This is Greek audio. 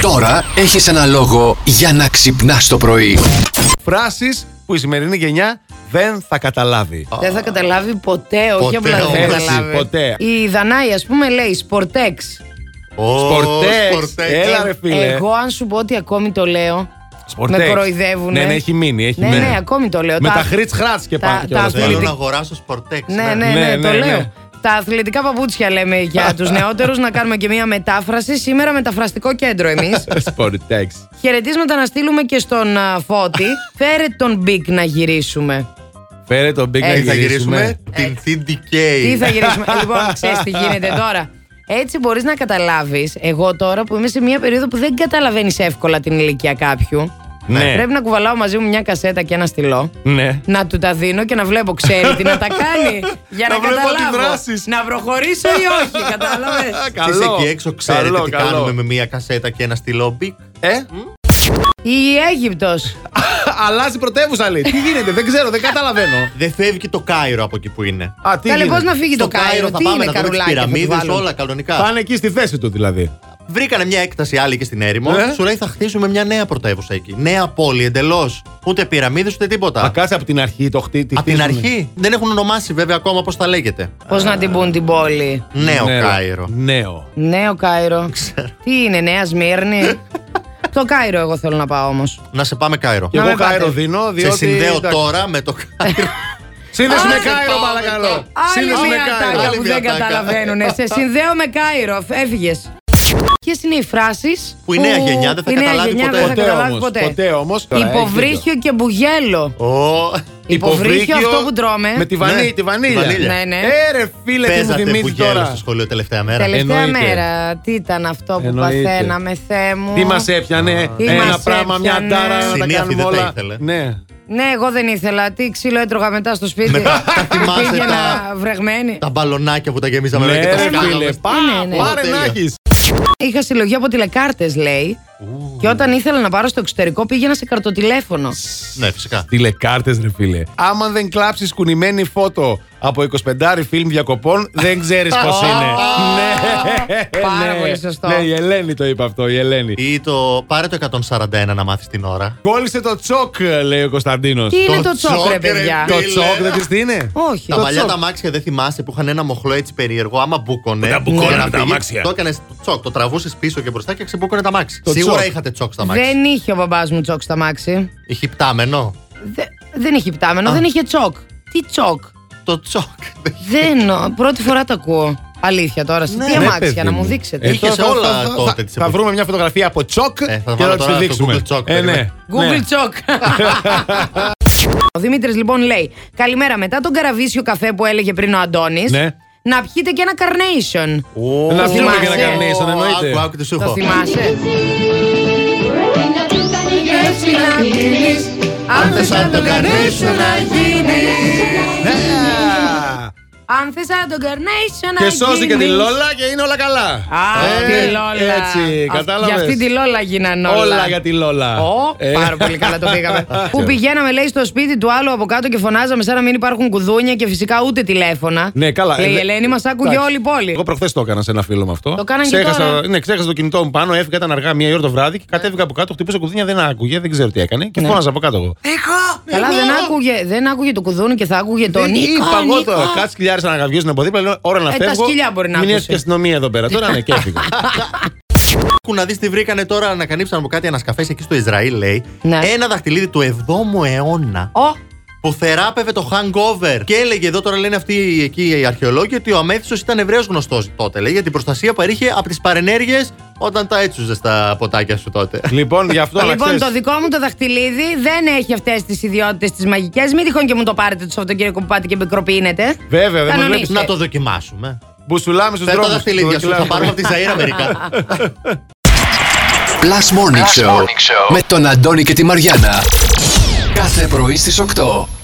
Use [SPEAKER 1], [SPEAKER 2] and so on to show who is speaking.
[SPEAKER 1] Τώρα έχεις ένα λόγο για να ξυπνάς το πρωί.
[SPEAKER 2] Φράσεις που η σημερινή γενιά δεν θα καταλάβει.
[SPEAKER 3] Δεν θα καταλάβει ποτέ, όχι
[SPEAKER 4] Ποτέ,
[SPEAKER 3] απλά δεν θα
[SPEAKER 4] όχι,
[SPEAKER 3] καταλάβει.
[SPEAKER 2] ποτέ.
[SPEAKER 3] Η Δανάη, ας πούμε, λέει σπορτέξ.
[SPEAKER 4] Ω,
[SPEAKER 2] Σπορτέξ. Έλα ρε Ε, φίλε.
[SPEAKER 3] Εγώ, αν σου πω ότι ακόμη το λέω.
[SPEAKER 2] Σπορτέξ.
[SPEAKER 3] Με κοροϊδεύουν.
[SPEAKER 2] Ναι, ναι, έχει μείνει. Έχει
[SPEAKER 3] ναι,
[SPEAKER 2] μείνει.
[SPEAKER 3] ναι, ακόμη το λέω.
[SPEAKER 2] Με τα χρίτς χράτς και
[SPEAKER 3] τα-
[SPEAKER 2] πάλι.
[SPEAKER 3] τα
[SPEAKER 2] κιόλας.
[SPEAKER 4] Θέλω
[SPEAKER 3] αθλητικά-
[SPEAKER 4] να αγοράσω σπορτέξ.
[SPEAKER 3] Ναι, ναι, ναι,
[SPEAKER 2] Ναι,
[SPEAKER 3] το
[SPEAKER 2] ναι,
[SPEAKER 3] λέω.
[SPEAKER 2] ναι.
[SPEAKER 3] Τα αθλητικά παπούτσια λέμε για τους νεότερους, να κάνουμε και μία μετάφραση. Σήμερα μεταφραστικό κέντρο εμείς.
[SPEAKER 2] Σπορτέξ.
[SPEAKER 3] Χαιρετίσματα να στείλουμε και στον α, Φώτη. Φέρε τον Μπικ να γυρίσουμε.
[SPEAKER 2] Φέρε τον Big
[SPEAKER 4] Τι
[SPEAKER 2] να
[SPEAKER 4] Ε, θα γυρίσουμε,
[SPEAKER 2] Ναι, γυρίσουμε. Ε,
[SPEAKER 4] την CDK.
[SPEAKER 3] Τι θα γυρίσουμε. λοιπόν, ξέρεις τι γίνεται τώρα. Έτσι μπορείς να καταλάβεις, εγώ τώρα που είμαι σε μια περίοδο που δεν καταλαβαίνεις εύκολα την ηλικία κάποιου.
[SPEAKER 2] Ναι.
[SPEAKER 3] Πρέπει να κουβαλάω μαζί μου μια κασέτα και ένα στυλό.
[SPEAKER 2] Ναι.
[SPEAKER 3] Να του τα δίνω και να βλέπω, ξέρει τι να τα κάνει. Για να,
[SPEAKER 2] Να βλέπω
[SPEAKER 3] καταλάβω.
[SPEAKER 2] αντιδράσεις.
[SPEAKER 3] Να προχωρήσω ή όχι, κατάλαβες.
[SPEAKER 4] Εσείς Ναι. εκεί έξω ξέρετε τι κάνουμε με μια κασέτα και ένα στυλό μπικ.
[SPEAKER 2] Ε,
[SPEAKER 3] Η Αίγυπτος.
[SPEAKER 2] αλλάζει πρωτεύουσα λέει. Τι γίνεται, δεν ξέρω, δεν καταλαβαίνω.
[SPEAKER 4] Δεν φεύγει και το Κάιρο από εκεί που είναι.
[SPEAKER 2] Α, τι
[SPEAKER 3] Καλέ, πώ
[SPEAKER 2] γίνεται.
[SPEAKER 3] να φύγει το Κάιρο,
[SPEAKER 4] θα
[SPEAKER 3] τι είναι
[SPEAKER 4] πάμε να δούμε τις
[SPEAKER 3] καρουλάκι.
[SPEAKER 4] πυραμίδες, όλα κανονικά.
[SPEAKER 2] Πάνε εκεί στη θέση του δηλαδή.
[SPEAKER 4] Βρήκανε μια έκταση άλλη και στην έρημο.
[SPEAKER 2] Ε.
[SPEAKER 4] Σου λέει θα χτίσουμε μια νέα πρωτεύουσα εκεί. Νέα πόλη εντελώς. Ούτε πυραμίδες ούτε τίποτα.
[SPEAKER 2] Α, κάτσε από την αρχή το χτί. τη
[SPEAKER 4] Από την
[SPEAKER 2] χτίζουνε.
[SPEAKER 4] αρχή δεν έχουν ονομάσει βέβαια ακόμα πώς τα λέγεται.
[SPEAKER 3] Πώς να την πούν την πόλη.
[SPEAKER 4] Νέο
[SPEAKER 2] Ναι, ρε.
[SPEAKER 4] Κάιρο.
[SPEAKER 2] Νέο.
[SPEAKER 3] Νέο Κάιρο. Τι είναι, Νέα Σμύρνη. Το Κάιρο, εγώ θέλω να πάω όμως.
[SPEAKER 4] Να σε πάμε Κάιρο.
[SPEAKER 2] Και
[SPEAKER 3] με
[SPEAKER 2] εγώ
[SPEAKER 3] πάτε.
[SPEAKER 2] Κάιρο δίνω,
[SPEAKER 4] Σε
[SPEAKER 2] διότι.
[SPEAKER 4] συνδέω
[SPEAKER 2] εντάξει.
[SPEAKER 4] τώρα με το Κάιρο.
[SPEAKER 2] Σύνδεση με
[SPEAKER 4] Άντε
[SPEAKER 2] Κάιρο,
[SPEAKER 4] πάμε
[SPEAKER 2] παρακαλώ.
[SPEAKER 4] τώρα.
[SPEAKER 3] Άλλη
[SPEAKER 2] Σύνδεση με
[SPEAKER 3] μια
[SPEAKER 2] Κάιρο.
[SPEAKER 3] τάκα
[SPEAKER 4] Άλλη
[SPEAKER 3] που
[SPEAKER 4] μια
[SPEAKER 3] δεν
[SPEAKER 4] τάκα.
[SPEAKER 3] καταλαβαίνουν. Σε συνδέω με Κάιρο. Έφυγε. Ποιες είναι οι φράσεις
[SPEAKER 4] Που η νέα γενιά δεν θα καταλάβει ποτέ.
[SPEAKER 3] Δεν θα
[SPEAKER 2] Ποτέ
[SPEAKER 3] καταλάβει
[SPEAKER 2] όμως.
[SPEAKER 3] ποτέ.
[SPEAKER 2] Ποτέ όμως. Τώρα, έχει
[SPEAKER 3] Υποβρύχιο και μπουγέλο.
[SPEAKER 4] Ω,
[SPEAKER 3] Υποβρύχιο αυτό που τρώμε.
[SPEAKER 2] Με τη βανί-
[SPEAKER 4] Ναι.
[SPEAKER 2] τη
[SPEAKER 4] Τη
[SPEAKER 2] βανίλια.
[SPEAKER 4] βανίλια.
[SPEAKER 3] Ναι, ναι.
[SPEAKER 2] Ε, ρε φίλε, τι μου
[SPEAKER 4] Παίζατε
[SPEAKER 2] θυμίζει
[SPEAKER 4] που γέλος
[SPEAKER 2] τώρα.
[SPEAKER 4] στο σχολείο τελευταία μέρα.
[SPEAKER 3] Τελευταία
[SPEAKER 2] εννοείται.
[SPEAKER 3] μέρα. Τι ήταν αυτό που
[SPEAKER 2] Εννοείται.
[SPEAKER 3] παθαίναμε, Θεέ μου.
[SPEAKER 2] Τι μας έπιανε,
[SPEAKER 3] Τι
[SPEAKER 2] ένα
[SPEAKER 3] μας
[SPEAKER 2] πράγμα, μια
[SPEAKER 3] έπιανε.
[SPEAKER 2] τάρα να τα
[SPEAKER 4] Συνήθι
[SPEAKER 2] κάνουμε
[SPEAKER 4] δεν τα
[SPEAKER 2] όλα.
[SPEAKER 4] ήθελε.
[SPEAKER 2] Ναι.
[SPEAKER 3] Ναι, εγώ δεν ήθελα. Τι ξύλο έτρωγα μετά στο σπίτι.
[SPEAKER 4] Μετά τα θυμάσαι
[SPEAKER 3] Πήγαινα
[SPEAKER 4] τα-
[SPEAKER 3] βρεγμένη.
[SPEAKER 4] Τα μπαλονάκια που τα γεμίζαμε
[SPEAKER 2] Ναι,
[SPEAKER 4] όλα και τα
[SPEAKER 2] ρε
[SPEAKER 4] σκάγαμε.
[SPEAKER 2] φίλε, πά-
[SPEAKER 3] Ναι, ναι.
[SPEAKER 2] πάρε να
[SPEAKER 4] Τέλεια.
[SPEAKER 2] έχεις.
[SPEAKER 3] Είχα συλλογή από τηλεκάρτες, λέει. Και όταν ήθελα να πάρω στο εξωτερικό, πήγαινα σε καρτοτηλέφωνο.
[SPEAKER 4] Ναι, φυσικά.
[SPEAKER 2] Τηλεκάρτες, ρε φίλε. Άμα δεν κλάψεις κουνημένη φώτο από 25 φιλμ διακοπών, δεν ξέρεις πώς είναι. Ναι,
[SPEAKER 3] Πάρα
[SPEAKER 2] ναι.
[SPEAKER 3] πολύ σωστό.
[SPEAKER 2] Ναι, η Ελένη το είπε αυτό, η Ελένη.
[SPEAKER 4] Ή το πάρε το 141 να μάθεις την ώρα.
[SPEAKER 2] Κόλλησε το τσοκ, λέει ο Κωνσταντίνος.
[SPEAKER 3] Τι είναι
[SPEAKER 4] Το
[SPEAKER 3] το τσόκ,
[SPEAKER 4] τσόκ,
[SPEAKER 3] ρε
[SPEAKER 4] ρε,
[SPEAKER 3] παιδιά.
[SPEAKER 2] Το
[SPEAKER 4] Φίλε.
[SPEAKER 2] τσοκ, δεν ξέρεις τι είναι.
[SPEAKER 3] Όχι.
[SPEAKER 4] Τα
[SPEAKER 3] Το
[SPEAKER 4] παλιά
[SPEAKER 3] τσόκ.
[SPEAKER 4] τα αμάξια δεν θυμάσαι που είχαν ένα μοχλό έτσι περίεργο. Άμα μπούκωνε.
[SPEAKER 2] Τα μπουκώνανε
[SPEAKER 4] για να
[SPEAKER 2] με τα
[SPEAKER 4] φύγει,
[SPEAKER 2] αμάξια.
[SPEAKER 4] Το έκανες τσοκ, το τραβούσε πίσω και μπροστά και ξεμπούκωνε τα μάξι.
[SPEAKER 2] Το
[SPEAKER 4] Σίγουρα
[SPEAKER 2] τσοκ.
[SPEAKER 4] είχατε τσοκ στα μάξι.
[SPEAKER 3] Δεν είχε ο μπαμπάς μου τσόκ στα μάξι.
[SPEAKER 4] Είχε πτάμενο.
[SPEAKER 3] Δε- δεν είχε πτάμενο, δεν είχε τσόκ. Τι τσόκ.
[SPEAKER 4] Το τσοκ.
[SPEAKER 3] Δεν. ο- Πρώτη φορά το ακούω. Αλήθεια τώρα. Σε τι
[SPEAKER 2] Ναι,
[SPEAKER 3] αμάξια
[SPEAKER 2] παιδί
[SPEAKER 3] να μου
[SPEAKER 2] μου.
[SPEAKER 3] δείξετε.
[SPEAKER 4] Ε, Είχε
[SPEAKER 2] τώρα
[SPEAKER 4] σε
[SPEAKER 2] θα-
[SPEAKER 4] όλα
[SPEAKER 2] θα- θα-
[SPEAKER 4] τότε
[SPEAKER 2] θα-
[SPEAKER 4] τις
[SPEAKER 2] Θα
[SPEAKER 4] εποχές.
[SPEAKER 2] βρούμε μια φωτογραφία από τσοκ
[SPEAKER 4] Ε, θα
[SPEAKER 2] και
[SPEAKER 4] βάλω
[SPEAKER 2] θα τη
[SPEAKER 4] τώρα στο
[SPEAKER 2] δείξουμε.
[SPEAKER 4] Google Τσοκ,
[SPEAKER 2] Ε, ναι.
[SPEAKER 4] περίμενε.
[SPEAKER 3] Google
[SPEAKER 2] Ναι.
[SPEAKER 3] τσόκ. Ο Δημήτρης λοιπόν λέει: Καλημέρα. Μετά τον καραβίσιο καφέ που έλεγε πριν ο Αντώνης,
[SPEAKER 2] Ναι.
[SPEAKER 3] να πιείτε και ένα carnation.
[SPEAKER 2] Να πιούμε και να
[SPEAKER 3] Θυμάσαι.
[SPEAKER 2] κάνουμε ίσον, εννοείται.
[SPEAKER 4] Άκου, άκου τι σου
[SPEAKER 3] Το
[SPEAKER 4] έχω.
[SPEAKER 3] θυμάσαι. Αν θες να τον carnation να γίνεις.
[SPEAKER 2] Ναι. Ε,
[SPEAKER 3] Αν θες να τον carnation να
[SPEAKER 2] Και σώζει και τη
[SPEAKER 3] γίνεις.
[SPEAKER 2] λόλα και είναι όλα καλά.
[SPEAKER 3] Α,
[SPEAKER 2] Ε,
[SPEAKER 3] τη Λόλα.
[SPEAKER 2] Έτσι,
[SPEAKER 3] Α,
[SPEAKER 2] κατάλαβες.
[SPEAKER 3] Για αυτή τη Λόλα γίναν όλα.
[SPEAKER 2] Όλα για τη Λόλα.
[SPEAKER 3] Ω,
[SPEAKER 2] Ε.
[SPEAKER 3] πάρα πολύ καλά το πήγαμε. Που πηγαίναμε, λέει, στο σπίτι του άλλου από κάτω και φωνάζαμε σαν να μην υπάρχουν κουδούνια και φυσικά ούτε τηλέφωνα.
[SPEAKER 2] Ναι, καλά.
[SPEAKER 3] Λέει, η
[SPEAKER 2] Ε,
[SPEAKER 3] Ελένη, μας άκουγε
[SPEAKER 2] εντάξει.
[SPEAKER 3] όλη η πόλη.
[SPEAKER 2] Εγώ προχθές το έκανα σε ένα φίλο με αυτό.
[SPEAKER 3] Το κάναν και τώρα.
[SPEAKER 2] Ναι, ξέχασα το κινητό μου πάνω, έφυγα, ήταν αργά μία ώρα το βράδυ και κατέβηκα από κάτω, χτυπούσα κουδούνια, δεν άκουγε, δεν ξέρω τι έκανε
[SPEAKER 3] Ναι.
[SPEAKER 2] και φώναζα από κάτω εγώ.
[SPEAKER 3] Ε, Καλά, δεν άκουγε, δεν άκουγε το κουδούνι και θα άκουγε τον Νίκο.
[SPEAKER 2] Είπα εγώ
[SPEAKER 3] Νίκο.
[SPEAKER 2] τώρα, κάτσε χιλιάρισα να γαβγίζουν από δίπλα, λέω ώρα να
[SPEAKER 3] Ε, τα
[SPEAKER 2] φεύγω.
[SPEAKER 3] σκυλιά μπορεί να
[SPEAKER 2] Μην έρθει
[SPEAKER 3] άκουσε.
[SPEAKER 2] και αστυνομία εδώ πέρα. Τώρα ναι, και έφυγα.
[SPEAKER 4] Άκου να δεις τι βρήκανε τώρα, ανακαλύψαν από κάτι ανασκαφές εκεί στο Ισραήλ, λέει.
[SPEAKER 3] Ναι.
[SPEAKER 4] Ένα δαχτυλίδι του 7ου αιώνα
[SPEAKER 3] Ω,
[SPEAKER 4] που θεράπευε το hangover. Και έλεγε εδώ τώρα λένε αυτοί οι- εκεί οι αρχαιολόγοι ότι ο αμέθιστο ήταν ευρέω γνωστός τότε, λέει, για την προστασία που παρήχε από τις παρενέργειες όταν τα έτσουζε στα ποτάκια σου τότε.
[SPEAKER 2] λοιπόν, γι' αυτό να
[SPEAKER 3] λοιπόν,
[SPEAKER 2] ξέρεις.
[SPEAKER 3] το δικό μου το δαχτυλίδι δεν έχει αυτές τις ιδιότητες τις μαγικές. Μην τυχόν και μου το πάρετε το Σαββατοκύριακο που πάτε και μικροποιείνετε.
[SPEAKER 2] Βέβαια, δεν μας
[SPEAKER 3] Κανονίστε.
[SPEAKER 2] βλέπεις.
[SPEAKER 4] να το δοκιμάσουμε.
[SPEAKER 2] Μπουσουλάμε στους
[SPEAKER 4] Φέρ
[SPEAKER 2] δρόμου.
[SPEAKER 4] τα δαχτυλίδια σου, θα πάρουμε από τη Ζαΐρα μερικά.
[SPEAKER 1] Plus Morning, Show, με τον Αντώνη και τη Μαριάνα. Κάθε πρωί στις 8.